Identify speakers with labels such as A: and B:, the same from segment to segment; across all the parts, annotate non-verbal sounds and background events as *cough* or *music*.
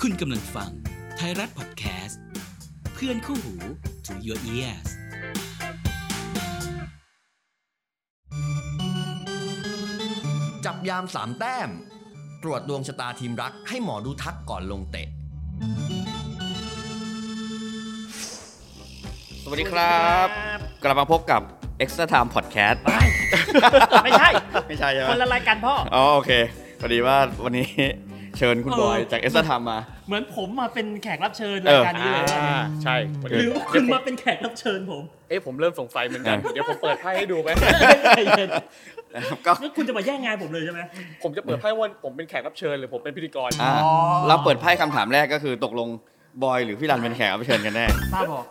A: คุณกำลังฟังไทยรัฐพอดแคสต์ เพื่อนคู่หู to your ears
B: จับยามสามแต้ม ตรวจดวงชะตาทีมรักให้หมอดูทักก่อนลงเตะ
C: สวัสดีครับ กลับมาพบกับ Extra Time Podcast
D: ไม่ใช่
C: ไม่ใช่ใช่ไหม
D: คนละรายการพ่อ
C: อ๋อโอเคพอดีว่าวันนี้ เชิญคุณ
D: เออ
C: บอยจาก Extra Time มา *laughs*
D: เหมือนผมมาเป็นแขกรับเชิญ
C: เอ
D: ราย
C: อ
D: การนี้เลย
E: อ่าใช่
D: หรือว่าคุณมาเป็นแขกรับเชิญผม
E: เอ๊ะผมเริ่มสงสัยเหมือนกัน เดี๋ยวผมเปิดไพ่ให้ดูไหม
D: ใจเย็น
C: นะครับก็
D: แล้วคุณจะมาแย่งงานผมเลยใช่ไหม
E: ผมจะเปิดไพ่ว่าผมเป็นแขกรับเชิญหรือผมเป็นพิธีกร
C: อ่าเราเปิดไพ่คำถามแรกก็คือตกลงบอยหรือพี่รันเป็นแขกรับเชิญกันแน่
D: บ้าบอก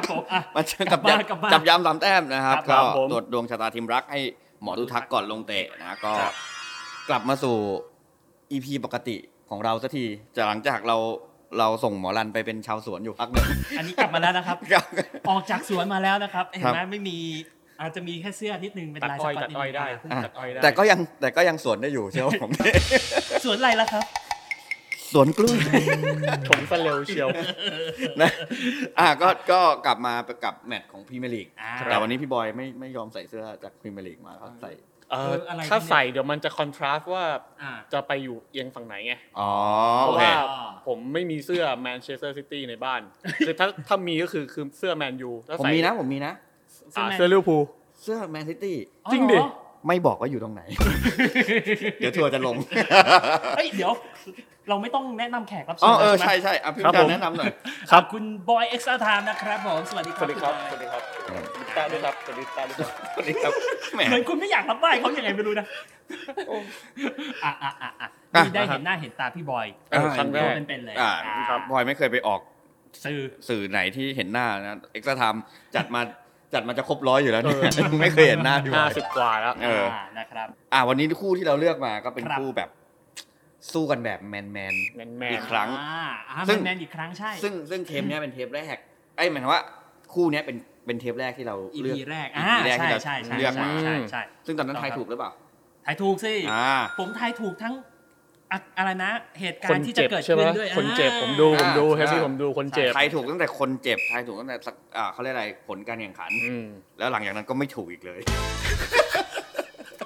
D: บผมอ่ะ
C: มาเชิญ
D: ก
C: กั
D: ลั
C: บบ
D: บ้าน
C: ยาม
D: กลับบ้าน
C: จับยามสามแต้มนะครับ
E: ครับ
C: ก็
E: ครับผม
C: ตรวจดวงชะตาทีมรักให้หมอดูทักก่อนลงเตะนะก็
E: ครับ
C: กลับมาสู่ EP ปกติของเราสักทีจากหลังจากเราเราส่งหมอรันไปเป็นชาวสวนอยู่พักหนึ่ง
D: อันนี้กลับมาแล้วนะครับ ออกจากสวนมาแล้วนะครับ เห็นไหมไม่มีอาจจะมีแค่เสื้อนิดนึงเป็น
E: ตัด
D: ลาย
E: อ้
D: ส
E: อย
D: ก๊อ
E: ตั
D: ต
E: ดอ้อยได้
C: อ่ะ
E: ตัดอ้อยได้
C: แต่ก็ยังแต่ก็ยังสวนได้อยู่ใช่ไหมผม
D: สวนอะไรล่ะครับ
C: สวนกล้วย
E: ชมซะเร็วเชียว
C: นะอ่ะก็ก็กลับมากับแมตช์ของพรีเมียร์ลีก
D: อ่า
C: แต่วันนี้พี่บอยไม่ไม่ยอมใส่เสื้อจากพรีเมียร์ลีกมาครับใส่
E: เออ
D: เอออะไร
E: ถ้า
D: เนี่ย
E: ใส่เดี๋ยวมันจะคอนทราสต์ว่า
D: อ่า
E: จะไปอยู่เอียงฝั่งไหนไง
C: อ๋อ
E: เพ
C: โอ
E: ราะ
C: เค
E: ว่าผมไม่มีเสื้อแมนเชสเตอร์ซิตี้ในบ้านคือถ้าถ้ามีก็คือคือเสื้อแมนยูแล้ว
C: ผม
E: ใส่
C: มีนะผมมีนะ
E: อ่า
D: เสื้อแมน
E: เสื้อลิเวอร์พูล
C: เสื้อแมนซิตี้
D: อ๋อ
E: จริงดิ
D: เหอ
C: ไม่บอกว่าอยู่ตรงไหน เดี๋ยวทัวร์จะลง
D: เอ้ยเดี๋ยว เราไม่ต้องแนะนำแขกรับเชิ
C: อ๋อ
D: ญ
C: เออ
D: แล้ว
C: ใช่
D: ไหม
C: ใช่อ่ะพี่
E: ครับ
C: จะ
E: ผม
C: แนะนำหน่อย
D: ครับคุณบอยเอ็กซ์ตร้าไทม์นะครับผมสวัสดีค
E: ส
D: รับ
E: วัสดีครับ ส
D: คุณ
E: วัสดีครับสวัสดีตาด้วยครับสวัสดีตาด้วยครับ
C: สวัสดีครับแหม
D: บอยเหมือนคุณไม่อยากรับไหว้เขาอย่างไงไม่รู้นะอ่ะอ่ะอ่ะอ่ะ
C: อ่ะ
D: นี่ได้เห็นหน้าเห็นตาพี่บอย
E: เออครั้งแรก
D: เป็นๆเลย
C: อ่า
D: อ่า
C: ครับบอยไม่เคยไปออก
D: สื่อ
C: สื่อไหนที่เห็นหน้านะเอ็กซ์ตามจัดมาจัดมาจะครบร้อยอยู่แล้วเนี่ยไม่เคยเห็นหน้าพี่บ
E: ห้า
C: อย
E: สิบกว่าแล้ว
C: เอออ่
D: านะครับ
C: อ่ะวันนี้คู่ที่เราเลือกมาก็เป็น
D: ครับ
C: คู่แบบ สู้กันแบบแมนแมน
E: แมนแม
C: อี
E: น
C: กครั้ง
D: อ่าอ่า
C: ซึ่ง
D: แมนๆอีกครั้งใช่
C: ซึ่งซึ่งเทปเนี้ยเป็นเทปแรกไอ้ยหมายถึงว่าคู่เนี้ยเป็นเป็นเทปแรกที่เราเลื
D: EP
C: อก
D: แรก
C: EP
D: อ่า
C: แรก
D: ใช่
C: ที่เรา
D: ใช่ใช่
C: เลือกมา
D: ใช่ใช่
C: ซึ่งตอนนั้นทายถูกหรือเปล่า
D: ทายถูกสิ
C: อ่า
D: ผมทายถูกทั้งอะอะไรนะ เหตุกา
E: ค
D: ร
E: น
D: ณ์ที่จะ
E: เจ็บ
D: เกิด
E: ใช่ไหม
D: ขึ้นด้วย
E: คนเจ็บ
D: อ่า
E: ผมดู
C: อ่า
E: ผมดู
C: ใช่
E: แฮปปี้ผมดูคนเจ็บ
C: ทายถูกตั้งแต่คนเจ็บทายถูกตั้งแต่สักอ่าเขาเรียกอะไรผลการแข่งขัน
E: อืม
C: แล้วหลังจากนั้นก็ไม่ถูกอีกเลย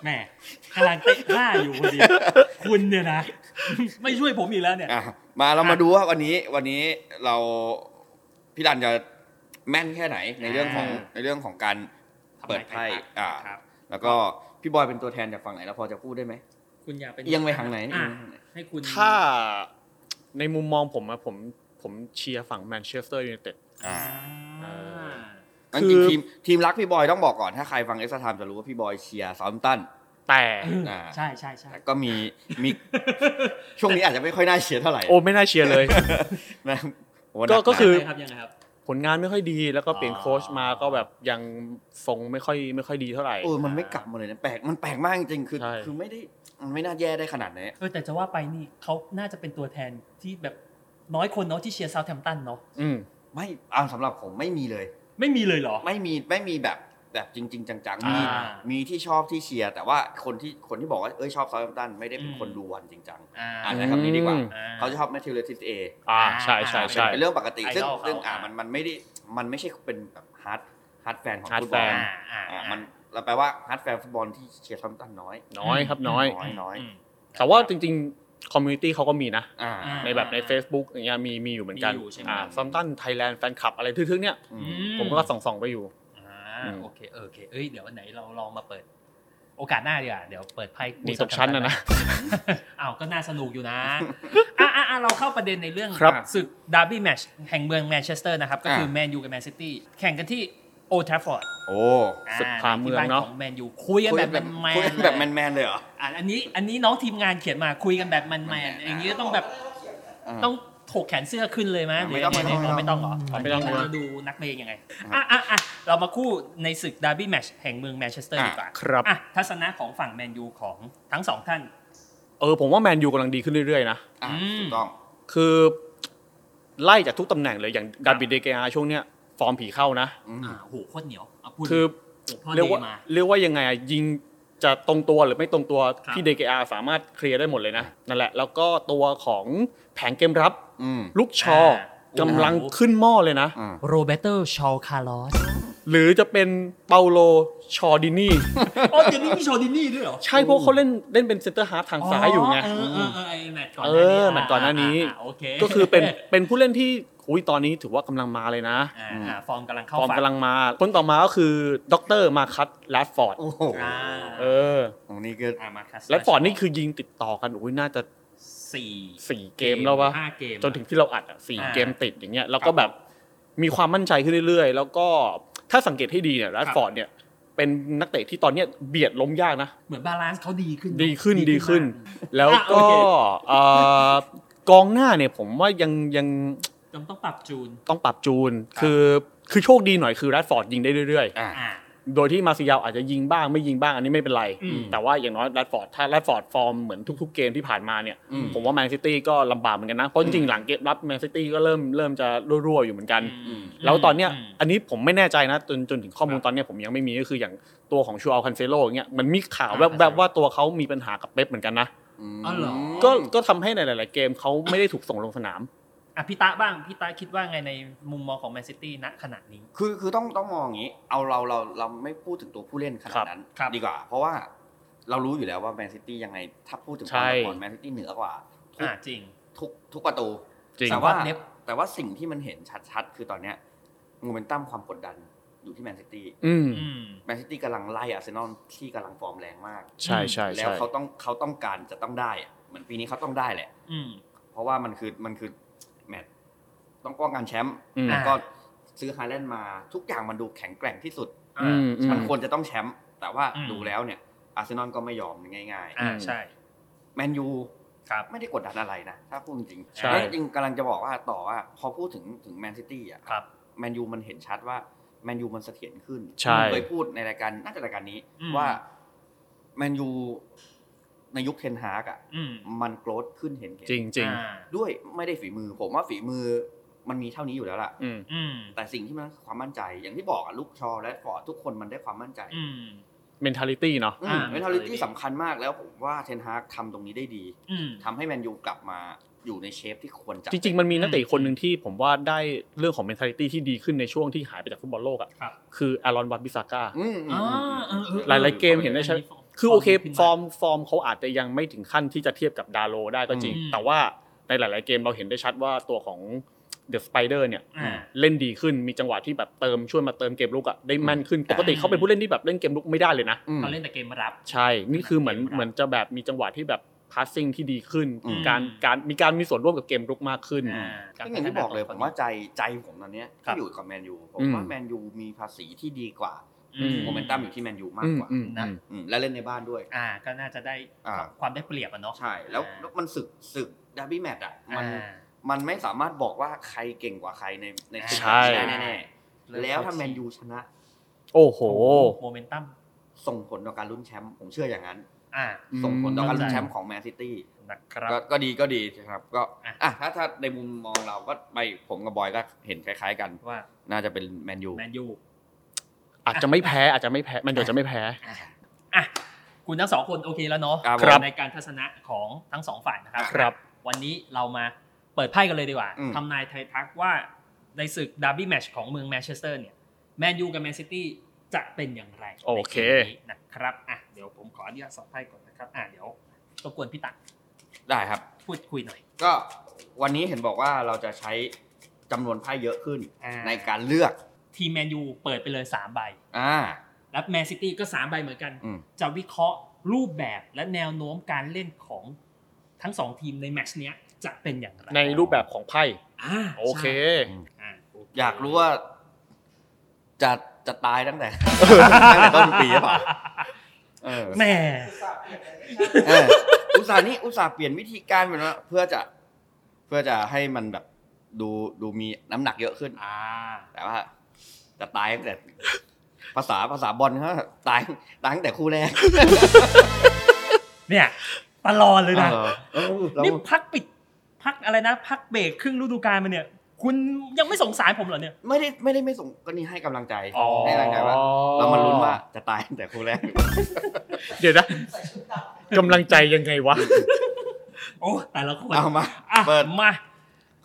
D: แหมกำลังเตะหน้าอยู่พอดี คุณเนี่ยนะ ไม่ช่วยผมอีกแล้วเนี่ย
C: อ่ะมาเรา
D: อ่ะ
C: มาดูว่าวันนี้วันนี้เราพี่ดันจะแม่นแค่ไหนในเรื่องของ
D: อ่า
C: ในเรื่องของการเปิดไพ่อ่า
D: ครับ
C: แล้วก็พี่บอยเป็นตัวแทนจากฝั่งไหนแล้วพอจะพูดได้ไหม
D: คุณอยากเป็น
C: เอียงไปทางไหน
D: อ่ะให้คุณ
E: ถ้าในมุมมองผมอะผมผมเชียร์ฝั่งแมนเชสเตอร์ยูไนเต็ด
C: อ่า
D: อ่า
C: จริง
E: คือ
C: ๆทีมทีมรักพี่บอยต้องบอกก่อนถ้าใครฟังเอ็กซ์ i ทมจะรู้ว่าพี่บอยเชียร์ซอมตัน
E: แต่
C: อ่า
D: ใช่ใช่ใช่
C: แต่ก็มีมี ช่วงนี้อาจจะไม่ค่อยน่าเชียร์เท่าไหร่
E: โอ้ไม่น่าเชียร์เลย *laughs*
C: นะโห
E: ก็
C: นั
E: ก็ คือ
D: ยังไงรับยังไงครับ
E: ผลงานไม่ค่อยดีแล้วก็เปลี่ยน
D: อ๋อ
E: โค้ชมาก็แบบยังทรงไม่ค่อยไม่ค่อยดีเท่าไหร่
C: เออมันไม่กลับมาเลยนะแปลกมันแปลกมากจริงๆคือ
E: ใช่
C: คือไม่ได้มันไม่น่าแย่ได้ขนาดนี้
D: เออแต่จะว่าไปนี่เขาน่าจะเป็นตัวแทนที่แบบน้อยคนเนาะที่เชียร์เซาท์แฮมป์ตันเนาะ
E: อืม
C: ไม่เอาสำหรับผมไม่มีเลย
D: ไม่มีเลยเหรอ
C: ไม่มีไม่มีแบบแบบจริง ๆ จังๆ
D: อ่า
C: มี
D: มี
C: มีที่ชอบที่เชียร์แต่ว่าคนที่คนที่บอกว่าเอ้ยชอบซอมตันไม่ได้เป็น
D: อืม
C: คนดูวันจริงจัง
D: อ่า
C: อ่าใช้คำนี้ดีกว่า
E: อืม
C: เขาจะชอบแมทธิวเลติสเอ
E: อ่าใช่ใช่ใช่
C: เป็นเรื่องปกติ ซึ่ง
D: Idol เขา
C: ซึ่งอ่า
D: อ่ะ
C: มันมันไม่ได้มันไม่ใช่เป็นแบบฮาร์ดฮาร์ดแฟนของ
E: hard
C: ฟุตบอล
E: fan
D: อ่าอ่า
C: อ่ามันเราแปลว่าฮาร์ดแฟนฟุตบอลที่เชียร์ซัมตันน้อย
E: น้อยครับน้อย
C: น้อยน้อย
D: อืม
E: แต่ว่าจริงๆคอมมูนิตี้เขาก็มีนะ
C: อ่า
D: อ่า
E: ในแบบใน Facebook อย่างเงี้ยมีมีอยู่เหมือนกัน
D: มีอยู่ใช่ไหม
E: อ่าซัมตันไทยแลนด์แฟนคลับอะไรทึ่งๆเนี่ย
C: อื
D: อื
C: ม
E: ผมก็ส่องส่องๆไปอยู่
D: อ่าโอเคเออโอเคเอ้ยเดี๋ยววันไหนเราลองมาเปิด โอกาสหน้าดีกว่าเดี๋ยวเปิดไพ่
E: หนีตกชั้นน่ะนะ *laughs*
D: อ้าวก็น่าสนุกอยู่นะอ่ะอ่ะอ่ะเราเข้าประเด็นในเรื่อง
E: ครับ
D: ศึกดาร์บี้แมตช์แห่งเมืองแมนเชสเตอร์นะครับ ก็คือแมนยูกับแมนซิตี้แข่งกันที่โอทาฟอร์ด
C: โอ้
E: ศึกพาเมืองเนอะ
D: ของแมนยูคุยกัน
C: คุย
D: แบ
C: กับ นแบบ
D: แมนแม
C: คุย
D: น
C: กันแบบแมนแมนเลยเหรอ
D: อันนี้อันนี้น้องทีมงานเขียนมาคุยกันแบบแมนแมนอย่างนี้ต้องแบบต้องถกแขนเสื้อขึ้นเลยไหมห
C: ไม่
D: รือ
C: ต้อง
D: ยั
C: ไม่ต้อง
D: ไงไม่ต้องเหรอ
E: ไม่ต้อง
D: เราดูนักเลงยังไงอ่ะอ่ะอ่ะเรามาคู่ในศึกดาร์บี้แมตชแห่งเมืองแมนเชสเตอร์
C: อ่ะ
D: ดีกว่า
E: ครับ
D: อ่ะทัศนะของฝั่งแมนยูของทั้งสองท่าน
E: เออผมว่าแมนยูกำลังดีขึ้นเรื่อยๆนะ
C: อ่า
D: อืม
C: ถูกต้อง
E: คือไล่จากทุกตำแหน่งเลยอย่างดาบิดเดเกอาช่วงเนี้ยฟอร์มผีเข้านะ
C: อืม
D: อ่าโหโคตรเหนียวเอาพูด
E: คือ
D: โหพ่อ
E: เรียก
D: ดี
E: ว่า
D: มา
E: เรียกว่ายังไงอะยิง จะตรงตัวหรือไม่ตรงตัว
D: ครับ
E: พี่เดกอาสามารถเคลียร์ได้หมดเลยนะ นั่นแหละ แล้วก็ตัวของแผงเกมรับ
C: อืม
E: ลูกชอกำลังขึ้นหม้อเลยนะ
C: อ่า
F: โรเบโตชอลคาร์ลอส
E: หรือจะเป็นเปาโลชอดินี่
D: อ๋อเดี๋ยวนี้มีโชว์ดินนี่ด้วยเหรอ
E: ใช่เพราะเขาเล่นเล่นเป็นเซนเตอร์ฮาร์ฟทางซ้ายอยู่ไง
D: เออเออเออไอแมตช์ก่อน
E: เออแมตช์ก่อนหน้านี้
D: ะโอเค
E: ก็คือเป็นเป็นผู้เล่นที่อุ้ยตอนนี้ถือว่ากำลังมาเลยนะ
D: อ่าอ่าฟอร์มกำลังเข้า
E: ฟอร์ม
D: ฝั
E: กำลังมา คนต่อมาก็คือดรมาคัตแรดฟอร์ด
C: โอ้โห
D: อ่า
E: เออ
C: ของนี่ก็
D: อ่ามาคัส
E: แรดฟอร์ดนี่คือยิงติดต่อกันอุ้ยน่าจะ
D: สี่
E: สี่เกมแล้ววะ
D: ห้าเกม
E: จนถึงที่เราอัดอ่ะสี่
D: อ่า
E: เกมติดอย่างเงี้ยแล้วก็แบบมีความมั่นใจขึ้นเรื่อยๆ แล้วก็ถ้าสังเกตให้ดีเนี่ยแรดฟอร์ดเนี่ยเป็นนักเตะที่ตอนเนี้ยเบียดล้มยากนะ
D: เหมือนบาลานซ์เขาดีขึ้น
E: ดีขึ้นดีขึ้น
D: มาก
E: แล้ว
D: อ่ะโอ
E: ก็
D: เค
E: เอ่อกองหน้าเนี่ยผมว่ายังยัง
D: จำต้องปรับจูน
E: ต้องปรับจูน คือคือโชคดีหน่อยคือแรดฟอร์ดยิงได้เรื่อย
C: อ่า
D: อ่า
E: ๆ โดยที่มาซิยาวอาจจะยิงบ้างไม่ยิงบ้างอันนี้ไม่เป็นไร
D: อืม
E: แต่ว่าอย่างน้อยแรดฟอร์ดถ้าแรดฟอร์ดฟอร์มเหมือนทุกๆเกมที่ผ่านมาเนี่ย
C: อืม
E: ผมว่าแมนซิตี้ก็ลำบากเหมือนกันนะ เพราะจริงๆหลังเกมรับแมนซิตี้ก็เริ่มเริ่มจะรั่วๆอยู่เหมือนกัน
D: อืม
E: แล้วตอนเนี้ย
D: ม
E: อันนี้ผมไม่แน่ใจนะจนจนถึงข้อมู
D: ค
E: ล
D: รับ
E: ตอนเนี้ยผมยังไม่มีก็คืออย่างตัวของชูอัลคันเซโลอย่างเงี้ยมันมีข่าวแวบๆว่าตัวเขามีปัญหากับเป๊ปเหมือนกันนะ
D: อ๋อเหรอ
E: ก็ก็ทำให้ในหลาย ๆ เกมเขาไม่ได้ถูกส่งลงสนาม
F: อ่ะพี่ตาบ้าง พี่ตาคิดว่าไงในมุมมองของแมนซิตี้ณขณะนี้
C: คือคือต้องต้องมองอย่างนี้ เอาเราเราเราไม่พูดถึงตัวผู้เล่นขนาดนั้น
D: ครับ
C: ดีกว่า เพราะว่าเรารู้อยู่แล้วว่าแมนซิตี้ยังไง ถ้าพูดถึงความ
E: ใช่
C: เป็นบอลแมนซิตี้เหนือกว่า ทุก
F: อ่าจริง
C: ทุกทุกประตู
E: จริง
C: แต่ว่า
F: ว่าเน็บ
C: แต่ว่าสิ่งที่มันเห็นชัดๆ คือตอนเนี้ยโมเมนตัมความกดดันอยู่ที่แมนซิตี้
E: อืม
D: อืม
C: แมนซิตี้กำลังไล่อาร์เซนอลที่กำลังฟอร์มแรงมาก
E: ใช่ใช่
C: แล้ว
E: ใช่
C: เขาต้องเขาต้องการจะต้องได้อะเหมือนปีนี้เขาต้องได้แหละ
D: อืม
C: เพราะว่ามันคือมันคือแมตช์ต้องป้องกันแชมป์
E: อืม
C: แล้วก็ซื้อฮาแลนด์มาทุกอย่างมันดูแข็งแกร่งที่สุด
E: อืมอื
C: มัน
E: ม
C: ควรจะต้องแชมป์แต่ว่า
D: อืม
C: ดูแล้วเนี่ย อาร์เซนอลก็ไม่ยอมง่าย
D: อ่า
E: อืม
D: ใช่
C: ๆแมนยู
D: ครับ
C: ไม่ได้กดดันอะไรนะ ถ้าพูดจริง
E: ใช่
C: แล้วจริงๆกำลังจะบอกว่าต่อว่า พอพูดถึงถึงแมนซิตี้อ่ะ
D: ครับ
C: แมนยูมันเห็นชัดว่าแมนยูมันเสถียรขึ้นผ
E: ใช่
C: มเคยพูดในรายการน่าจะรายการนี้
D: อืม
C: ว่าแมนยูในยุคเทนฮากอ่ะ
D: อืม
C: มันโกรธขึ้นเห็นเห็น
E: จริงจริง
D: อ่า
C: ด้วยไม่ได้ฝีมือ ผมว่าฝีมือมันมีเท่านี้อยู่แล้วล่ะ
E: อืม
D: อืม
C: แต่สิ่งที่มันคือความมั่นใจ อย่างที่บอกอะลูกชอและฟอร์ดทุกคนมันได้ความมั่นใจ
D: อืม
E: mentality เนาะ
D: อ่า
C: เมนทาลิตี้สำคัญมากแล้วผมว่าเทนฮากทำตรงนี้ได้ดี
D: อืม
C: ทำให้แมนยูกลับมาอยู่ในเชฟที่ควรจะ
E: จริง ๆ มันมีนักเตะคนหนึ่งที่ผมว่าได้เรื่องของ mentality ที่ดีขึ้นในช่วงที่หายไปจากฟุตบอลโลกอ่ะ
D: ครับ
E: คืออารอนวัตบิซาก้า
C: อืมอื
D: อ่าม
C: อืม
D: เออออ
E: หลายๆเกมเห็นได้ชัด
D: ม
E: คือโอเคฟอร์มฟอร์มเขาอาจจะยังไม่ถึงขั้นที่จะเทียบกับดาโลได้ก็จริง
D: อืม
E: แต่ว่าในหลาย ๆ เกมเราเห็นได้ชัดว่าตัวของเดอะสไปเดอร์เนี่ย
D: อ่า
E: เล่นดีขึ้นมีจังหวะที่แบบเติมช่วยมาเติมเกมลุกอะได้แม่นขึ้น ปกติ
D: อืม
E: เขาเป็นผู้เล่นที่แบบเล่นเกมลุกไม่ได้เลยนะ
D: เขาเล่นแต่เกมรับ
E: ใช่ นี่คือเหมือน
D: เกมรับ
E: เหมือนจะแบบมีจังหวะที่แบบพาสซิ่งที่ดีขึ้น
C: อืม
E: การการมีการมีส่วนร่วมกับเกมลุกมากขึ้น
D: า
C: ซึ่งอย่างที่บอกเลยผมว่าใจใจผมตอนเนี้ย
D: ครับ
C: ที่อยู่กับแมนยูผม
E: อืม
C: ว่าแมนยูมีภาษีที่ดีกว่า
D: อื
C: โมเมนตัมอยู่ที่แมนยูมาก
E: อืม
C: กว่า
E: อืม
D: นะ
E: อืม
C: อืมและเล่นในบ้านด้วย
D: อ่า ก็น่าจะได้
C: อ่า
D: ความได้เปรียบอ่ะเนาะ
C: ใช่แล้วแล้วมันศึกศึกดาร์บี้แมตช์อ่ะมัน
D: อ่า
C: มันไม่สามารถบอกว่าใครเก่งกว่าใครในใน
D: ใช่
C: แน่แน่ๆแล้วถ้าแมนยูชนะ
E: โอ้โห
D: โมเมนตัม
C: ส่งผลต่อการลุ้นแชมป์ผมเชื่ออย่างนั้น
D: อ่า
E: อืม
C: ส่งผลต่อการลุ้น
D: เข้าใจ
C: แชมป์ของแมนซิตี้
D: นะครับ
C: ก็ก็ดีก็ดีครับก็
D: อ่ะ
C: อ่ะถ้าถ้าในมุมมองเราก็ไปผมกับบอยก็เห็นคล้ายๆกัน
D: ว่า
C: น่าจะเป็นแมนยู
D: แมนยู
E: อาจจะไม่แพ้อาจจะไม่แพ้มันเดี๋ยวจะไม่แพ้
D: อ่ะคุณทั้งสองคนโอเคแล้วเนาะ
C: ครับ
E: ครับ
D: ในการทัศนะของทั้งสองฝ่ายนะครับ
E: ครับ
D: วันนี้เรามาเปิดไพ่กันเลยดีกว่า
C: อืม
D: ทำนายไทยทักว่าในศึกดาร์บี้แมตชของเมืองแมนเชสเตอร์เนี่ยแมนยูกับแมนซิตี้จะเป็นอย่างไร
E: โอเค
D: ในกมนี้นะครับอ่ะเดี๋ยวผมขออนุญาตสอบไพ่ก่อนนะครับอ่ะเดี๋ยวรบกวนพี่ตัก
C: ได้ครับ
D: พูดคุยหน่อย
C: ก็วันนี้เห็นบอกว่าเราจะใช้จำนวนไพ่เยอะขึ้น
D: อ่า
C: ในการเลือก
D: ทีมแมนยูเปิดไปเลย 3 ใบ
C: อ่า
D: แล้วแมนซิตี้ก็ 3 ใบเหมือนกัน
C: อืม
D: จะวิเคราะห์รูปแบบและแนวโน้มการเล่นของทั้งสองทีมในแมตชเนี้ยจะเป็นอย่างไร
E: ในรูปแบบของไพ่
D: อ่า
E: โอเค
D: ใช่อ่ะโเค
C: อยากรู้ว่าจะจะตายตั้งแต่ *laughs* ตั้งแต่ต้นปีหรือเปล่าเออ
D: แหม่
C: เอออุตส่าห์นี่อุตส่าห์เปลี่ยนวิธีการไปแล้วเพื่อจะเพื่อจะให้มันแบบดูดูมีน้ำหนักเยอะขึ้น
D: อ่า
C: แต่ว่าจะตายตั้งแต่ ภาษาภาษาบอลเขาตายตายตั้งแต่คู่แรก
D: เนี่ยตลอดเลยนะ
C: เออเออเรา
D: นี่พักปิด พักอะไรนะ พักเบรกครึ่งฤดูกาลมาเนี่ย คุณยังไม่สงสารผมเหรอเนี่ย
C: ไม่ได้ไม่ได้ไม่ส่งก็นี่ให้กำลังใจ
E: อ๋อ
C: ให้กำลังใจว่าเรามาลุ้นว่าจะตายตั้งแต่คู่แรกหรือเปล่า
E: เดี๋ยวนะกำลังใจยังไงวะ
D: โอ้แต่ละคน
C: เอามา
D: อ่ะ
C: เปิด
D: มา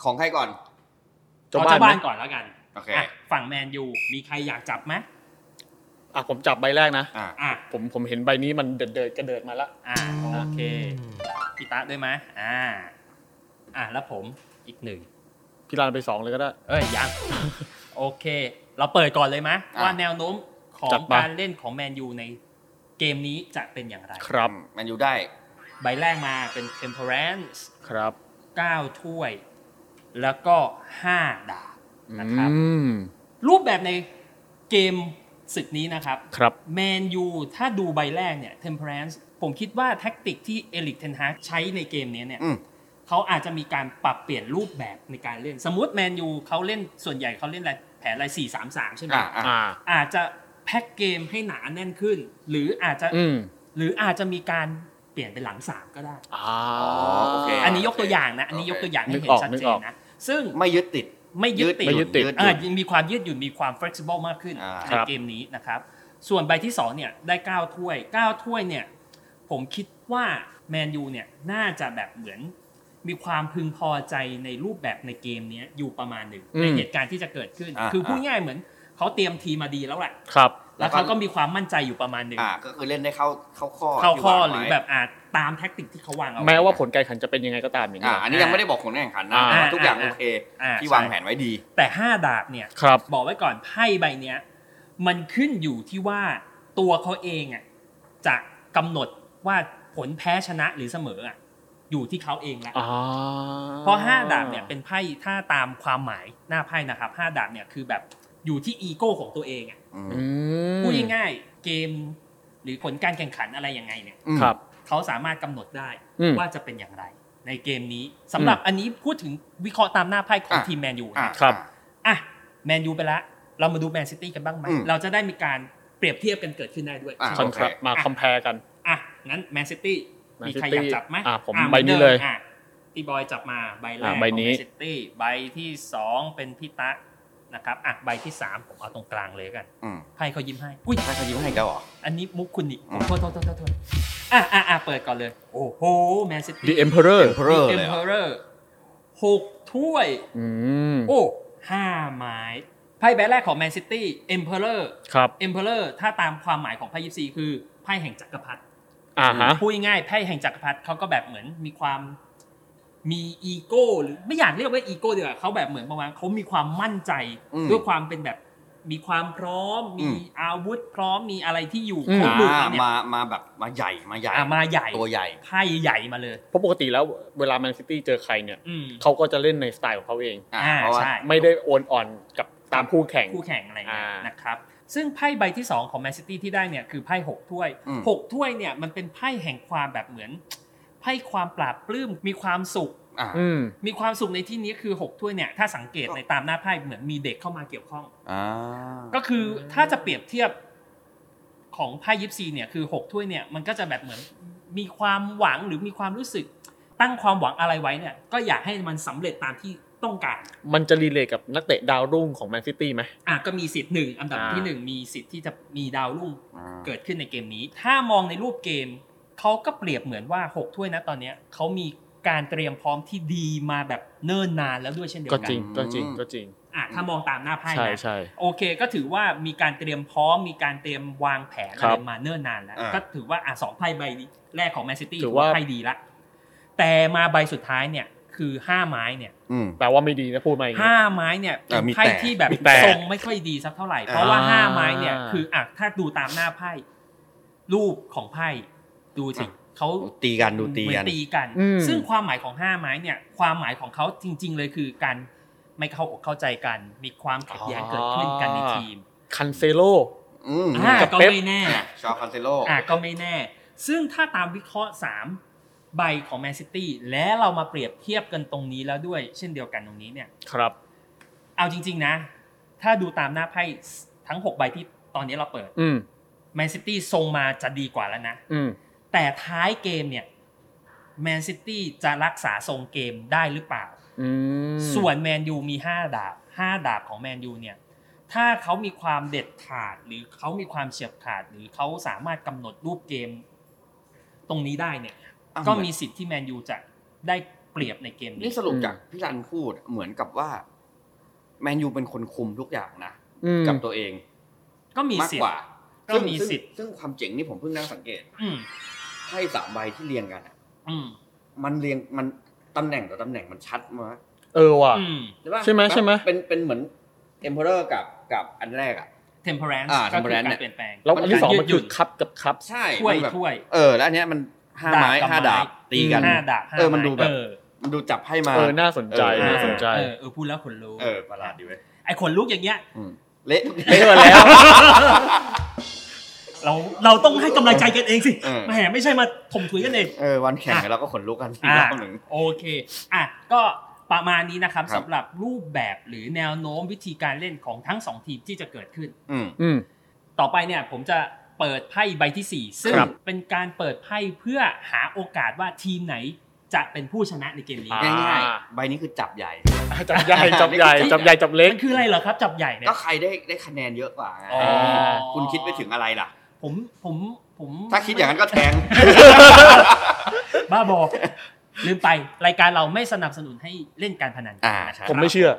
C: ของใครก่อน
E: เจ้า
D: เอาเจ้า
E: บ้าน
D: บ้าน
E: นะ
D: ก่อนแล้วกัน
C: โอเค
D: อ่ะฝั่งแมนยูมีใครอยากจับไหม
E: อ่ะผมจับใบแรกนะ
C: อ่า
D: อ่ะ
E: ผมผมเห็นใบนี้มันเดิดเดิดๆกระเดิดมาละ
D: อ่ะโอเคพี่ตาด้วยไหมอ่าอ่ะแล้วผมอีกหนึ่ง
E: พี่ลานไปสองเลยก็ได้
D: เอ้ย
E: *laughs*
D: ยัง โอเค เราเปิดก่อนเลยไหม
C: ะ
D: ว่าแนวโน้มของ
E: จัดมา
D: การเล่นของแมนยูในเกมนี้จะเป็นอย่างไร
E: ครับ
C: มันอยู่ได้
D: ใบแรกมาเป็น Temperance
E: ครับ
D: 9 ถ้วย แล้วก็ 5 ดาบ
E: อื
D: นะครับ
E: ม
D: รูปแบบในเกมศึกนี้นะครับ
E: ครับ
D: แมนยูถ้าดูใบแรกเนี่ย Temperance ผมคิดว่าแท็กติกที่เอลิกเทนฮากใช้ในเกมนี้เนี่ย
C: อืม
D: เขาอาจจะมีการปรับเปลี่ยนรูปแบบในการเล่น สมมติแมนยูเขาเล่นส่วนใหญ่เขาเล่นอะไรแผนอะไรสี่สามสามใช่ไหม
C: อ่ะอ่ะ
E: อ่า
D: อาจจะแพ็กเกมให้หนาแน่นขึ้น หรืออาจจะ
E: อืม
D: หรืออาจจะมีการเปลี่ยนเป็นหลังสามก็ได้
E: อ่า
C: โอเค
D: อันนี้ยกตัวอย่างนะ อันนี้
C: โอเค
D: ยกตัวอย่างให้เห็
E: นึกอน อก
D: ชัด
E: นึก
D: เจ
E: อน อก
D: นะ ซึ่ง
C: ไม่ยึดติด
D: ไม่ยึดติด
E: ไม่ยึดติด
D: อ่ามีความยืดหยุ่นมีความ flexible มากขึ้น
C: อ่า
D: ในเกมนี้นะครับ ส่วนใบที่สองเนี่ยได้เก้าถ้วยเก้าถ้วยเนี่ยผมคิดว่าแมนยูเนี่ยน่าจะแบบเหมือนมีความพึงพอใจในรูปแบบในเกมเนี้ยอยู่ประมาณหนึ่ง
E: อืม
D: ในเหตุการณ์ที่จะเกิดขึ้น
C: อ่า
D: คือพูด
C: อ่า
D: ง่ายเหมือนเขาเตรียมทีมมาดีแล้วแหละ
E: ครับ
D: แล้วเขาก็มีความมั่นใจอยู่ประมาณหนึ่ง
C: อ่าก็คือเล่นได้เข้าเข้าข้อ
D: เข้า
C: ที่
D: ข้อ
C: วง
D: ห
C: ไว้
D: รือแบบอาจตามแท็กติกที่เขาวางเอาไว้
E: แม้ว่าผลการแข่งขันจะเป็นยังไงก็ตามอย่าง
C: อ่า
E: เงี้ย
C: อันนี้ยังไม่ได้บอกผลการแข่งขันนะแต่
E: อ่า
C: ว่าทุกอย่าง
D: อ่า
C: โอเค
D: อ่า
C: ที่
D: ใช่
C: วางแผนไว้ดี
D: แต่ห้าดาบเนี่ย
E: ครับ
D: บอกไว้ก่อนไพ่ใบเนี้ยมันขึ้นอยู่ที่ว่าตัวเขาเองอ่ะจะกำหนดว่าผลแพ้ชนะหรือเสมออ่ะอยู่ที่เขาเองละ
E: อ่า
D: เพราะห้าดาบเนี่ยเป็นไพ่ถ้าตามความหมายหน้าไพ่นะครับห้าดาบเนี่ยคือแบบอยู่ที่อีโก้ของตัวเองอ่ะ
C: อืม
E: อืม
D: พูดง่ายๆเกมหรือผลการแข่งขันอะไรยังไงเนี่ย
C: อืม
E: ครับ
D: เขาสามารถกำหนดได้
E: อืม
D: ว่าจะเป็นอย่างไร ในเกมนี้สำหรับอันนี้พูดถึงวิเคราะห์ตามหน้าไพ่ของทีมแมนยูนะ
C: อ่า
E: ครับ
D: อ่ะแมนยูไปละ เรามาดูแมนซิตี้กันบ้างไหม
C: อืม
D: เราจะได้มีการเปรียบเทียบกันเกิดขึ้นได้ด้วย
C: อ่า
E: คอนครับ
C: โอเค
E: มาคอมเพลกัน
D: อ่ะ งั้นแมนซิตี้
E: Man
D: มีใครอ
E: City
D: ยากจับไหม
E: อ่ะผม
D: ห
E: ใบ
D: มือ
E: นี้
D: ดิ
E: เลย
D: อ่ะพี่บอยจับมาใบแรก
E: อ่ะใบนี้
D: ของแมนซิตี้ใบที่สองเป็นพี่ตะนะครับอ่ะใบที่สามผมเอาตรงกลางเลยกัน
C: อืม
D: ไพ่เขายิ้มให้อุ้ย
C: ให้เขายิ้มให้อีก็หรอ
D: อันนี้มุกคุณนี่
C: อืม
D: โทษโทษโทษโทษโทษอ่ะอ่ะอ่ะเปิดก่อนเลย โอ้โหแมนซิ
E: The
D: ตี้
E: Emperor
C: เพลอ
D: เอ็
C: เลยเห
D: ม
C: ร
D: เพ
C: อ
D: อเรอร์หกถ้วย
E: อืม
D: โอ้ห้าไม้ไพ่ใบแรกของแมนซิตี้เอ็มเพ r เ r อร์
E: ครับ
D: เอ็มเพ r เอร์ถ้าตามความหมายของไพ่ยิปซีคือไพ่แห่งจักรพรรดิ
E: อ่าฮะ
D: พูดง่ายๆไพ่แห่งจักรพรรดิเขาก็แบบเหมือนมีความมีอีโก้หรือไม่อยากเรียกว่าอีโก้ดีกว่าเขาแบบเหมือนประมาณเขามีความมั่นใจ
C: อืม
D: ด้วยความเป็นแบบมีความพร้อม
C: อื
D: มี
C: ม
D: อาวุธพร้อมมีอะไรที่อยู่
E: อื
D: ค
E: ม
D: รบมือ
C: อ่า
D: เนี่ย
C: มามาแบบมาใหญ่มาใหญ่
D: อ่ะมาใหญ่
C: ตัวใหญ่
D: ไพ่ใหญ่มาเลย
E: เพราะปกติแล้วเวลาแมนซิตี้เจอใครเนี่ย
D: อืม
E: เขาก็จะเล่นในสไตล์ของเขาเอง
C: อ่า
D: อ่า
C: เพราะว่า
D: ใช่
E: ไม่ได้โอนอ่อนกับตามคู่แข่ง
D: คู่แข่งอะไรเงี้ย
E: อ่าน
D: นะครับ ซึ่งไพ่ใบที่ 2 ของแมนซิตี้ที่ได้เนี่ยคือไพ่6ถ้วย
C: อืม
D: 6 ถ้วยเนี่ยมันเป็นไพ่แห่งความแบบเหมือนไพ่ความปราบปลื้มมีความสุข
C: อ่า
E: อืม
D: มีความสุขในที่นี้คือ 6 ถ้วยเนี่ยถ้าสังเกตในตามหน้าไพ่เหมือนมีเด็กเข้ามาเกี่ยวข้อง
C: อ่า
D: ก็คือถ้าจะเปรียบเทียบของไพ่ยิปซีเนี่ยคือ 6 ถ้วยเนี่ยมันก็จะแบบเหมือนมีความหวังหรือมีความรู้สึก ตั้งความหวังอะไรไว้เนี่ยก็อยากให้มันสำเร็จตามที่ต้องการ
E: มันจะรีเลทกับนักเตะดาวรุ่งของแมนซิตี้ไหม
D: อ่ะก็มีสิทธิ์หนึ่งอันดับ
E: อ่า
D: ที่หนึ่งมีสิทธิ์ที่จะมีดาวรุ่ง
C: อ่า
D: เกิดขึ้นในเกมนี้ ถ้ามองในรูปเกม เขาก็เปรียบเหมือนว่า 6 ถ้วยนะตอนเนี้ยเขามีการเตรียมพร้อมที่ดีมาแบบเนิ่นนานแล้วด้วยเช่นเดียว
E: ก็
D: กั
E: จริง
C: อืม
E: ก็จริง ก็จริง
D: อ่ะถ้ามองตามหน้าไพ่
E: ใช่
D: นะ
E: ใช่
D: โอเค ก็ถือว่ามีการเตรียมพร้อม มีการเตรียมวางแผน
E: ครั
D: อะไร
E: บ
D: มาเนิ่นนานแล้ว
C: อ่า
D: ก็ถือว่าอ่ะสองไพ่ใบแรกของแมนซิตี้
E: ถือว่า
D: ไพ่ดีละ แต่มาใบสุดท้ายเนี่ยคือห้าไม้เนี่ย
C: อืม
E: แปลว่าไม่ดีนะพูดมาอย่างนี้
D: ห้าไม้เนี่ยเป็
C: เออน มี
D: ไพ่
C: แต่
D: ที่แบบ
E: มีแต่
D: ทรงไม่ค่อยดีสักเท่าไหร่ เพราะว่า
E: อ่า
D: ห้าไม้เนี่ยคืออ่ะถ้าดูตามหน้าไพ่รูปของไพ่ดูสิ
C: อ่ะ
D: เขา
C: ตีกันดูตี
D: เหมื
C: กั
D: อน นตีกัน
E: อืม
D: ซึ่งความหมายของห้าไม้เนี่ย ความหมายของเขาจริง ๆ เลยคือการไม่เข้าอกเข้าใจกัน มีความขัดแย้งเกิดขึ้นกันในทีม
E: คันเซโล
C: อืม
D: อ่ะ
E: กับ
D: ก็
E: เป๊ป
D: ไม่แน่
C: ชอคันเซโล
D: อ่ะก็ไม่แน่ ซึ่งถ้าตามวิเคราะห์ 3 ใบของแมนซิตี้และเรามาเปรียบเทียบกันตรงนี้แล้วด้วย เช่นเดียวกันตรงนี้เนี่ย
E: ครับ
D: เอาจริง ๆ นะ ถ้าดูตามหน้าไพ่ทั้ง 6 ใบที่ตอนนี้เราเปิด
E: อืม
D: แมนซิตี้ทรงมาจะดีกว่าแล้วนะ
E: อืม
D: แต่ท้ายเกมเนี่ยแมนซิตี้จะรักษาทรงเกมได้หรือเปล่า
E: อื อืม
D: ส่วนแมนยูมี 5 ดาบ 5 ดาบของแมนยูเนี่ย ถ้าเขามีความเด็ดขาด หรือเขามีความเฉียบขาด หรือเขาสามารถกำหนดรูปเกม ตรงนี้ได้เนี่ย
C: อ่ะ
D: ก็
C: เหอน
D: มีสิทธิ์ที่แมนยูจะได้เปรียบในเกมนี้
C: นี่สรุปจากพี่รันพูดเหมือนกับว่า แมนยูเป็นคนคุมทุกอย่างนะ
E: อืม
C: กับตัวเอง
D: ก็มี
C: มาก
D: สิท
C: ก
D: ธิ์
C: ว่า
D: ก็
C: ซึ่ง
D: มี
C: ซึ่ง
D: สิทธิ์
C: ซึ่งความเจ๋งนี่ผมเพิ่งนั่งสังเกต
D: อืม
C: ไพ่สามใบที่เรียงกันอะ
D: อืม
C: มันเรียงมันตำแหน่งต่อตำแหน่งมันชัดมาก
E: เออว่ะ
D: อืม
C: ใช่ปะ
E: ใช่ไหมใช่ไหม
C: เป็นเป็นเหมือนเอ็มพอเรอร์กับกับอันแรกอ่ะ
D: temperance
C: อ่า
D: ก็คือ
C: temperance
D: กา
C: เนี่
D: ร
C: ย
D: เปลี่ยนแปลง
E: แล้วอันที่สอง
D: ยื
E: มัน
D: ดห
E: คื
D: ยุ่
E: อคัพกับคัพ
C: ใช่
D: ถ้วย
C: มันแบบ
D: ถ้วย
C: เออแล้วอันเนี้ยมันห้าไม้ห้าดาบตีกัน
E: อืม
D: ห้าดาบห้า
C: เออมันดูแบบ
D: ไเออ
C: มันดูจับให้มา
E: เออน่าสนใจ
C: เออ
E: น่าสนใจ
D: เออเออพูดแล้วขนลุก
C: เออประหลาดดีเว้ย
D: ไอ้ขนลุกอย่างเงี้ย
C: อืมเละ
E: เละ
C: เละ
E: แล้ว
D: เราเราต้องให้กำลังใจกันเองสิ
C: เออ
D: แหมไม่ใช่มาถมถุยกันเอง
C: เออวันแข่งกันเราก็ขนลุกกันอีก
D: อ่าร
C: อบหนึ่ง
D: โอเคอ่ะก็ประมาณนี้นะครับ
C: ครับ
D: สำหรับรูปแบบหรือแนวโน้มวิธีการเล่นของทั้งสองทีมที่จะเกิดขึ้น
C: อืม
E: อืม
D: ต่อไปเนี่ยผมจะเปิดไพ่ใบที่ 4 ซึ่ง
E: ครับ
D: เป็นการเปิดไพ่เพื่อหาโอกาสว่าทีมไหนจะเป็นผู้ชนะในเกมนี้
E: อ่า
C: ง่ายๆ ใบนี้คือจับใหญ่
E: จับใหญ่จับใหญ่จับใหญ่จับเล็ก
D: มันคืออะไรเหรอครับ จับใหญ่เนี่ย
C: ก็ใครได้ได้คะแนนเยอะกว่าไง
D: อ๋อ
C: คุณคิดไปถึงอะไรล่ะ
D: ผมผมผม
C: ถ้าคิดอย่างนั้นก็แท
D: *laughs*
C: ง
D: บ้าบอ ลืมไปรายการเราไม่สนับสนุนให้เล่นการพนัน
C: อ่า
D: นะครับ
E: ผมไม่เชื่อ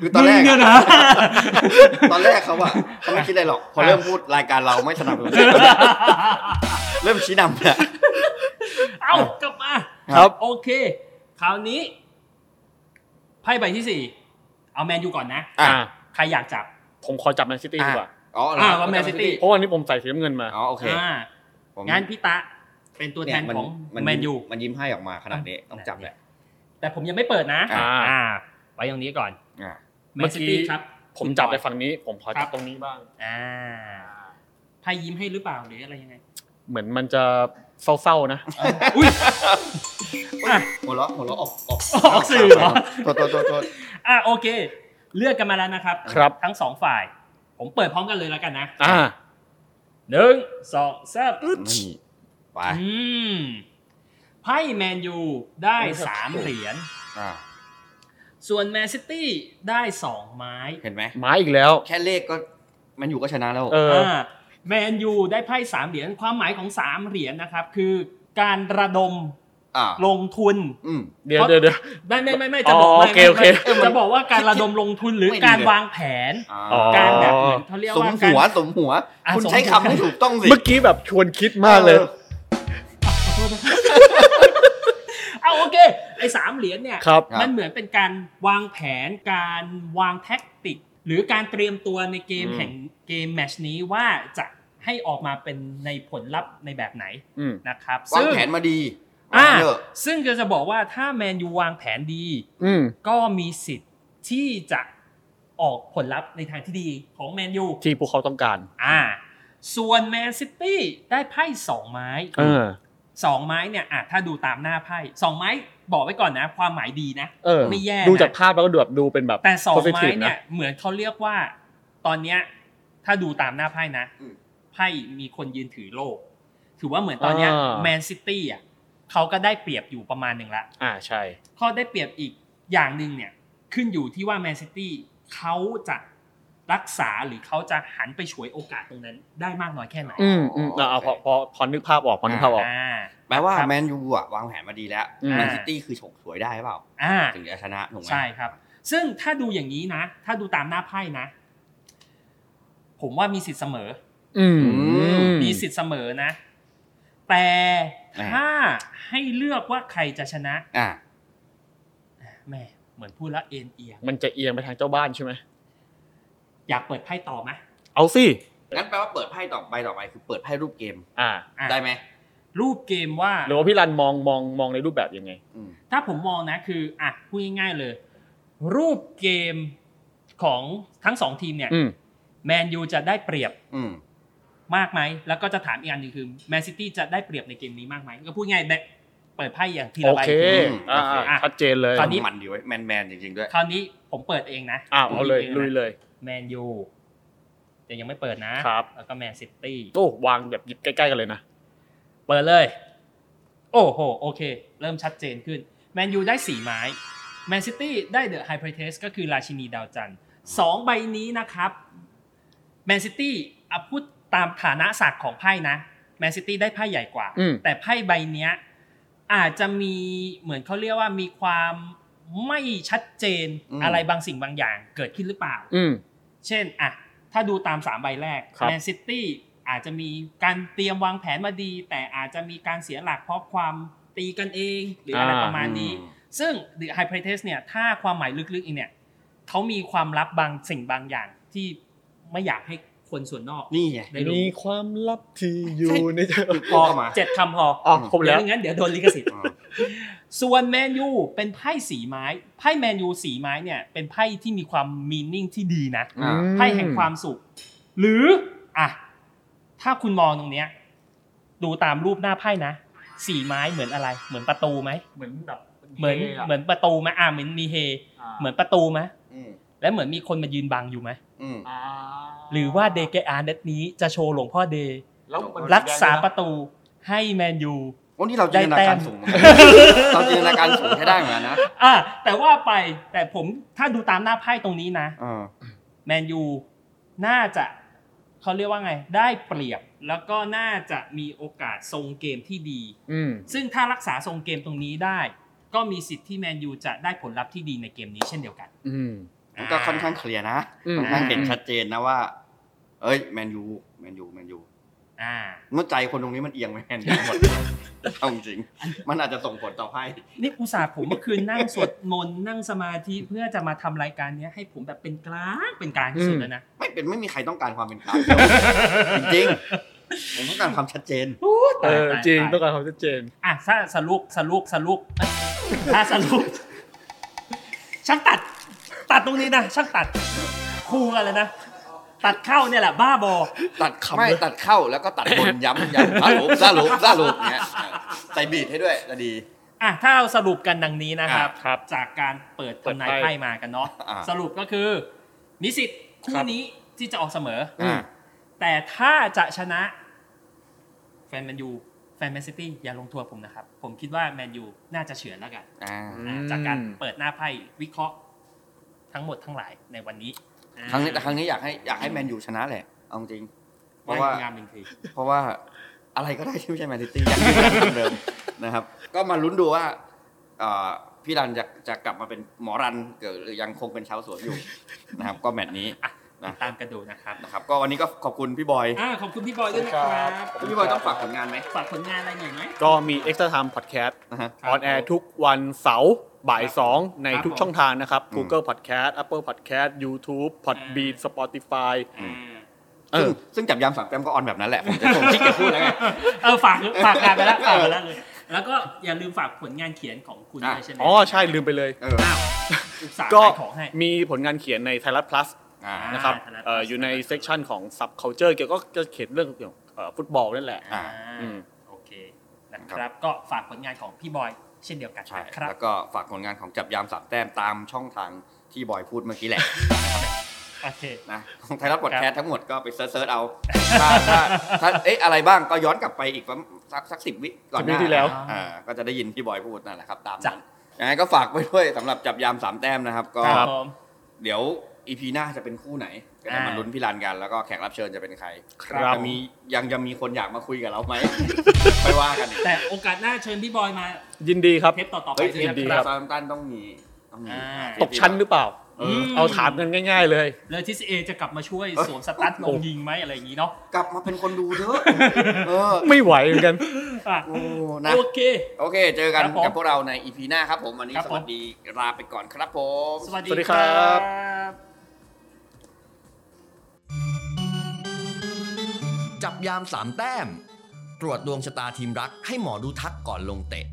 C: คือตอนแรก
D: มึงเนี่
C: *laughs*
D: ย
C: อะ
D: นะ
C: ตอนแรกเขาอะเขาไม่คิดอะไรหร
D: *laughs*
C: อก พอเริ่มพูดรายการเราไม่สนับสนุนเริ่มชี้นำแล้ว
D: เอากลับมา
E: ครับ
D: โอเค คราวนี้ไพ่ใบที่สี่เอาแมนยูก่อนนะ
C: อ่ะ
E: อ่า
D: ใครอยากจับ
E: ผมขอจับแมนซิตี้ดีกว่า
C: อ๋อเหร
D: อ่าว่าแมนซิตี้
E: เพราะวันนี้ผมใส่สีน้ำเงินมา
C: อ๋อโอเค
D: อ่า
C: ผม
D: งั้นพี่ตะเป็นตัวแทน
C: เย
D: ของ
C: มั
D: แมนยู
C: มันยิ้มให้ออกมาขนาดนี้ต้องจับแหละ
D: แต่ผมยังไม่เปิดนะ
E: อ่า
D: อ่าไว้ตรงนี้ก่อน
C: อ่ะ
D: แม
E: เมื่
D: น
E: อ
D: ซิ
E: กี้
D: ตี้ครับ
E: ผมจับไปฝั่งนี้ ผมขอ
D: ครั
E: จับบ ตรงนี้บ้าง
D: อ่าไพ่ยิ้มให้หรือเปล่าหรืออะไรยังไง
E: เหมือนมันจะเศร้าๆนะ
D: เอออุ้ยอ่ะ
C: หัวเราะหัวเราะออกออก
D: ออกสื่อเหรอ
C: ตัวตัวตัวตัว
D: อ่ะโอเค เลือกกันมาแล้วนะครับ
E: ครับ
D: ทั้งสองฝ่าย ผมเปิดพร้อมกันเลยแล้วกันนะ
E: อ่า
D: หนึ่งสองสาม
C: นี่ไป
D: อืมไพ่แมนยูได้สามเหรียญ
C: อ่ะ
D: ส่วนแมนซิตี้ได้สองไม้
C: เห็นไหม
E: ไม้อีกแล้ว
C: แค่เลขก็มันอยู่ก็ชนะแล้ว
E: เออ
D: าแมนยูได้ไพ่สามเหรียญ ความหมายของสามเหรียญนะครับ คือการระดม
C: อ่า
D: ลงทุน
C: อืม
E: เดี๋ยวเดี๋ยวเดี๋ยว
D: ไม่ไม่ไม่ไม่จะบอก
E: อ๋อ
D: ไม่
E: โอเคโอเค
D: ไม่ไม่จะบอกว่าการระดมลงทุนหรือ
C: ไม่ดีเลย
D: การวางแผน
C: อ่า
E: อ๋อ
D: การแบบเหมือนเขาเรียก
C: สม
D: ว่า
C: หัว
D: การ
C: สมหัว
D: อ่ะ
C: คุณ
D: สมหัว
C: ใช้คำให้ถูกต้องสิ
E: เมื่อกี้แบบชวนคิดมากเลย
C: ออ
D: เอาโอเคไอ้สามเหรียญเนี่ย
E: ครับ
D: มันเหมือนเป็นการวางแผนการวางแท็กติก หรือการเตรียมตัวในเกม
E: อืม
D: แห่งเกมแมตชนี้ว่าจะให้ออกมาเป็นในผลลัพธ์ในแบบไหน
E: อืม
D: นะครับ
C: วาง
D: ซึ่ง
C: แผนมาดี
D: อ่า
C: เยอะ
D: ซึ่งก็จะบอกว่าถ้าแมนยูวางแผนดี
E: อืม
D: ก็มีสิทธิ์ที่จะออกผลลัพธ์ในทางที่ดีของแมนยู
E: ที่พวกเขาต้องการ
D: อ่าส่วนแมนซิตี้ได้ไพ่สองไม้
E: เออ
D: สองไม้เนี่ยอ่ะถ้าดูตามหน้าไพ่สองไม้บอกไว้ก่อนนะ ความหมายดีนะ
E: เออ
D: ไม่แย่นะ
E: ดูจากภาพแล้วก็ดูแบบดูเป็นแบบ
D: แต่สองไม้
E: positive
D: เนี่ยเหมือนเขาเรียกว่า ตอนเนี้ยถ้าดูตามหน้าไพ่นะไพ่มีคนยืนถือโล่ถือว่าเหมือนตอนเนี้ย
E: อ่า
D: แมนซิตี้อ่ะเขาก็ได้เปรียบอยู่ประมาณหนึ่งละ
E: อ่าใช่
D: ข้อได้เปรียบอีกอย่างหนึ่งเนี่ยขึ้นอยู่ที่ว่าแมนซิตี้เขาจะรักษาหรือเขาจะหันไปฉวยโอกาสตรงนั้น ได้มากน้อยแค่ไหน
E: อืมอืมอ่ะเอาพอพอพอนึกภาพออกพอนึกภาพออก
D: อ่า
C: แปลว่า
D: ครับ
C: แมนยูอ่ะวางแผนมาดีแล้ว
E: อืม
C: แมนซิตี้คือฉกสวยได้เปล่า
D: อ่า
C: ถึงจะชนะถูกไหม
D: ใช่ครับ ซึ่งถ้าดูอย่างนี้นะ ถ้าดูตามหน้าไพ่นะ ผมว่ามีสิทธิ์เสมอ
E: อืม
D: มีสิทธิ์เสมอนะ แต่ถ้าให้เลือกว่าใครจะชนะ
C: อ่า
D: แหม่เหมือนพูดแล้วเอ็นเอียง
E: มันจะเอียงไปทางเจ้าบ้านใช่ไหม
D: อยากเปิดไพ่ต่อไหม
E: เอาสิ
C: งั้นแปลว่าเปิดไพ่ต่อไปต่อไปคือเปิดไพ่รูปเกม
E: อ่า
D: อ่ะ
C: ได้ไหม
D: รูปเกมว่า
E: หรือว่าพี่รันมองมองมองในรูปแบบยังไง
C: อืม
D: ถ้าผมมองนะคืออ่ะพูดง่ายๆเลย รูปเกมของทั้งสองทีมเนี่ย
E: อืม
D: แมนยูจะได้เปรียบ
C: อืม
D: มากไหมแล้วก็จะถามอีกอันหนึงคือแมนซิตี้จะได้เปรียบในเกมนี้มากไหมก็พูดง่ายแบบเปิดไพ่อย่างที
E: โอ
D: ละใบ
E: เค อ่าอ่าชัดเจนเลย
D: ตอนนี้
C: มันดีไว้ยแมนแมนจริงๆด้วย
D: คราวนี้ผมเปิดเองนะ
E: อ่าเอาเลย
D: ผมหบงนะ
E: ลุยเลย
D: แมนยูแต่ยังไม่เปิดนะครับ แล้วก็แมนซิตี้
E: โอ้วางแบบหยิบใกล้ๆกันเลยนะ
D: เปิดเลย โอ้โห โอเค เริ่มชัดเจนขึ้น แมนยูได้ 4 ไม้แมนซิตี้ได้เดอะไฮ r พ t เทสก็คือราชินีดาวจันทร์สองใบนี้นะครับแมนซิตี้อะพูดตามฐานะศักดิ์ของไพ่นะแมนซิตี้ได้ไพ่ใหญ่กว่า
E: อืม
D: แต่ไพ่ใบเนี้ยอาจจะมีเหมือนเขาเรียกว่ามีความไม่ชัดเจน
C: อืม
D: อะไรบางสิ่งบางอย่างเกิดขึ้นหรือเปล่า
E: อืม
D: เช่นอ่ะถ้าดูตาม 3 ใบแรก
E: ครับ
D: แมนซิตี้อาจจะมีการเตรียมวางแผนมาดี แต่อาจจะมีการเสียหลักเพราะความตีกันเอง หรืออะไรประมาณนี้ ซึ่ง The High p r i e t e s เนี่ยถ้าความหมายลึกๆอีกเนี่ยเขามีความลับบางสิ่งบางอย่างที่ไม่อยากให้คนส่วนนอก
C: นี่ไง
D: ได้รู้
E: มีความลับที่อยู่ในใจ
C: คือพ่อมา
D: เจ็ดคำพอ
E: อ๋อครบแล้ว
D: ไม่งั้นเดี๋ยวโดนลิขสิทธิ์
C: อ่า
D: ส่วนแมนยูเป็นไพ่สีไม้ไพ่แมนยูสีไม้เนี่ยเป็นไพ่ที่มีความมีนิ่งที่ดีนะ
C: อ่า
D: ไพ่แห่งความสุข หรืออ่ะถ้าคุณมองตรงเนี้ย ดูตามรูปหน้าไพ่นะสีไม้เหมือนอะไร เหมือนประตูไหม
G: เหมือนแบบ
D: เหมือนเหมือนประตูไหมอ่ะเหมือนมีเฮ เหมือนประตูไหม
C: อืม
D: และเหมือนมีคนมายืนบังอยู่ไหม
C: อืม
G: อ่า
D: หรือว่าเดเกอาร์เดนี้จะโชว์หลวงพ่อเดย์
G: แล้วมัน
D: รักษาประตูให้แมนยู
C: โอ้นี่เราจินตนาการสูงเหมือนกันเราจินตนาการสูงใช้ได้เหมือนกันนะ
D: อ่ะแต่ว่าไปแต่ผมถ้าดูตามหน้าไพ่ตรงนี้นะ
C: เออ
D: แมนยูน่าจะเขาเรียกว่าไง ได้เปรียบแล้วก็น่าจะมีโอกาสทรงเกมที่ดี
E: อืม
D: ซึ่งถ้ารักษาทรงเกมตรงนี้ได้ ก็มีสิทธิ์ที่แมนยูจะได้ผลลัพธ์ที่ดีในเกมนี้เช่นเดียวกัน
E: อืม
C: มันก็ค่อนข้างเคลียร์นะ
E: อืม
C: ค่อนข้างเห็นชัดเจนนะว่า เอ้ยแมนยูแมนยูแมนยู
D: อ่า
C: เมื่อใจคนตรงนี้มันเอียงไป *laughs* แมนยูหมดเอาจริงๆมันอาจจะส่งผลต่อไพ่
D: นี่อุตส่าห์ผมเมื่อคืนนั่งสวดมนต์นั่งสมาธิเพื่อจะมาทำรายการเนี้ยให้ผมแบบเป็นกลางเป็นกลางที่สุดแล้วนะ
C: ไม่เป็นไม่มีใครต้องการความเป็นกล *laughs* างจริงๆผมต้องการความชัดเจน
D: โอ้
E: เอ
D: ตาย
E: อ
D: ตาย
E: จริงต้อ
D: ตาย
E: งการความชัดเจน
D: อ่ะถ้าสรุปสรุปสรุป *laughs* ถ้าสรุปช่างตัด ตัดตรงนี้นะช่างตัดคู่กันเลยนะตัดเข้าเนี่ยแหละบ้าบอ
C: ตัดคำไม่ตัดเข้าแล้วก็ตัดบน *laughs* ย้ำย้ำสรุปสรุปสรุปเนี่ยใส่บีทให้ด้วยจะดี
D: อ่ะถ้าเราสรุปกันดังนี้นะครับ
E: อ่ะครับ
D: จากการเปิดทำนาย
E: เปิดไพ่
D: ไพ่มากันเนาะ
C: อ่ะ
D: สรุปก็คือนิสิตคู่
E: ครับ
D: นี้ที่จะออกเสมออ
C: อ่า
D: แต่ถ้าจะชนะ แฟนแมนยูแฟนแมนซิตี้อย่าลงทัวร์ผมนะครับ ผมคิดว่าแมนยูน่าจะเฉือนแล้วกัน
C: อ่า
D: อ่ะจากการเปิดหน้าไพ่วิเคราะห์ทั้งหมดทั้งหลายในวันนี้อ่ะ
C: ครั้งนี้แต่ครั้งนี้อยากให้อยากให้แมนยูชนะแหละเอาจริงเพ
D: ไว้
C: ราะว่า
D: งามหนึ่งที
C: เพราะว่าอะไรก็ได้ที่ไม่ใช่แมนซิตี้ยังอยู่เดิมนะครับ ก็มาลุ้นดูว่าเอ่อพี่รันจะจะกลับมาเป็นหมอรันเกิดหรือยังคงเป็นชาวสวนอยู่ นะครับ ก็แมตช์นี้
D: ติดตามกันดูนะครับ
C: นะครับ ก็วันนี้ก็ขอบคุณพี่บอย
D: อ่ะขอบคุณพี่บอยด้วยนะครับ
C: พี่บอยต้องฝากผลงานไหม
D: ฝากผลงานอะไรหน่อยไหม
E: ก็มี Extra Time Podcast
C: นะฮะ
E: ออนแอร์ทุกวันเสาร์บ่าย 2 ใน
D: ครับ
E: ทุก
D: ผม
E: ช่องทางนะครับ
C: อืม
E: Google Podcast Apple Podcast YouTube Podbean Spotify
D: อ่า
E: เอ
C: ซึ่ง
E: อ
C: ซึ่งจับยามสามแต้มก็ออนแบบนั้นแหละ ผมจะผมขี้เกียจพูดแล้วไง
D: เออฝากฝากงานไปแล้วฝากไปแล้วเลยแล้วก็อย่าลืมฝากผลงานเขียนของคุณ
C: อ่ะ
D: ด้วยใช่ไหม
E: อ๋อใช่ลืมไปเลย
C: เออ
D: อ้าวอุตส่าห์
E: ก็
D: ขายของให้
E: มีผลงานเขียนในไทยรัฐ plus
C: อ่า
E: นะครับ
D: ไทยรัฐ plus
E: เอ่ออยู่ในเซกชันของ subculture เกี่ยวก็จะเขียนเรื่องเกี่ยวกับเอ่อฟุตบอลนั่นแหละ
C: อ่ะ
D: อ่า
E: อืม
D: โอเคนะครับก็ฝากผลงานของพี่บอยเช่นเดียวกัน
C: ใช่
D: นะครับ
C: แล้วก็ฝากผลงานของจับยามสามแต้มตามช่องทางที่บอยพูดเมื่อกี้แหละ
D: โอเค
C: นะของไทยรัฐพอดแคสต์ทั้งหมดก็ไปเซิร์ชๆเอา ถ้าถ้าถ้าเอ๊ะอะไรบ้างก็ย้อนกลับไปอีกประมาณสักสักสิบวิก่อนห
E: 10วิ
C: น้า
E: ที่แล้ว
C: อ่าก็จะได้ยินพี่บอยพูดนั่นแหละครับ ตาม
D: จ้ะ
C: นั้นยังไงก็ฝากไว้ด้วยสำหรับจับยามสามแต้มนะครับ ก็
D: ครับผม
C: เดี๋ยวอีพีหน้าจะเป็นคู่ไหนก็จะมา
D: อ่า
C: ลุ้นพี่รันกันแล้วก็แขกรับเชิญจะเป็นใคร
E: ครับ
C: จะมียังจะมีคนอยากมาคุยกับเราไหม ไปว่ากันอีก
D: แต่โอกาสหน้าเชิญพี่บอยมา
E: ยินดีครับ
D: เทปต่อๆไป
C: เฮ้ย
D: ด้วย
C: เอ็ม
D: นะ
C: ดี
D: ค
C: ครั
D: รั
C: บบ ซามตันต้องมีต้องมี
D: อ่า
E: ตกชั้นหรือเปล่า
C: เออ
D: ม
E: เอาถามกันง่าย ๆ เลย
D: เลยทิสเอจะกลับมาช่วยสวมสตั๊ดลงยิงไหมอะไรอย่างนี้เนาะ
C: กลับมาเป็นคนดูเถอะเออ
E: ไม่ไหวเหมือนกัน
D: อ่ะ
C: โอ้นะ
D: โอเค
C: โอเค เจอกัน
D: ครับผม
C: กับพวกเราในอีพีหน้าครับผม วันนี้
D: ครับ
C: ส
D: ผม
C: วัสดีลาไปก่อนครับผม
D: สวัส
E: สวัสดี
D: ดีค
E: ครั
D: รับ บ
B: จับยามสามแต้ม ตรวจดวงชะตาทีมรักให้หมอดูทักก่อนลงเตะ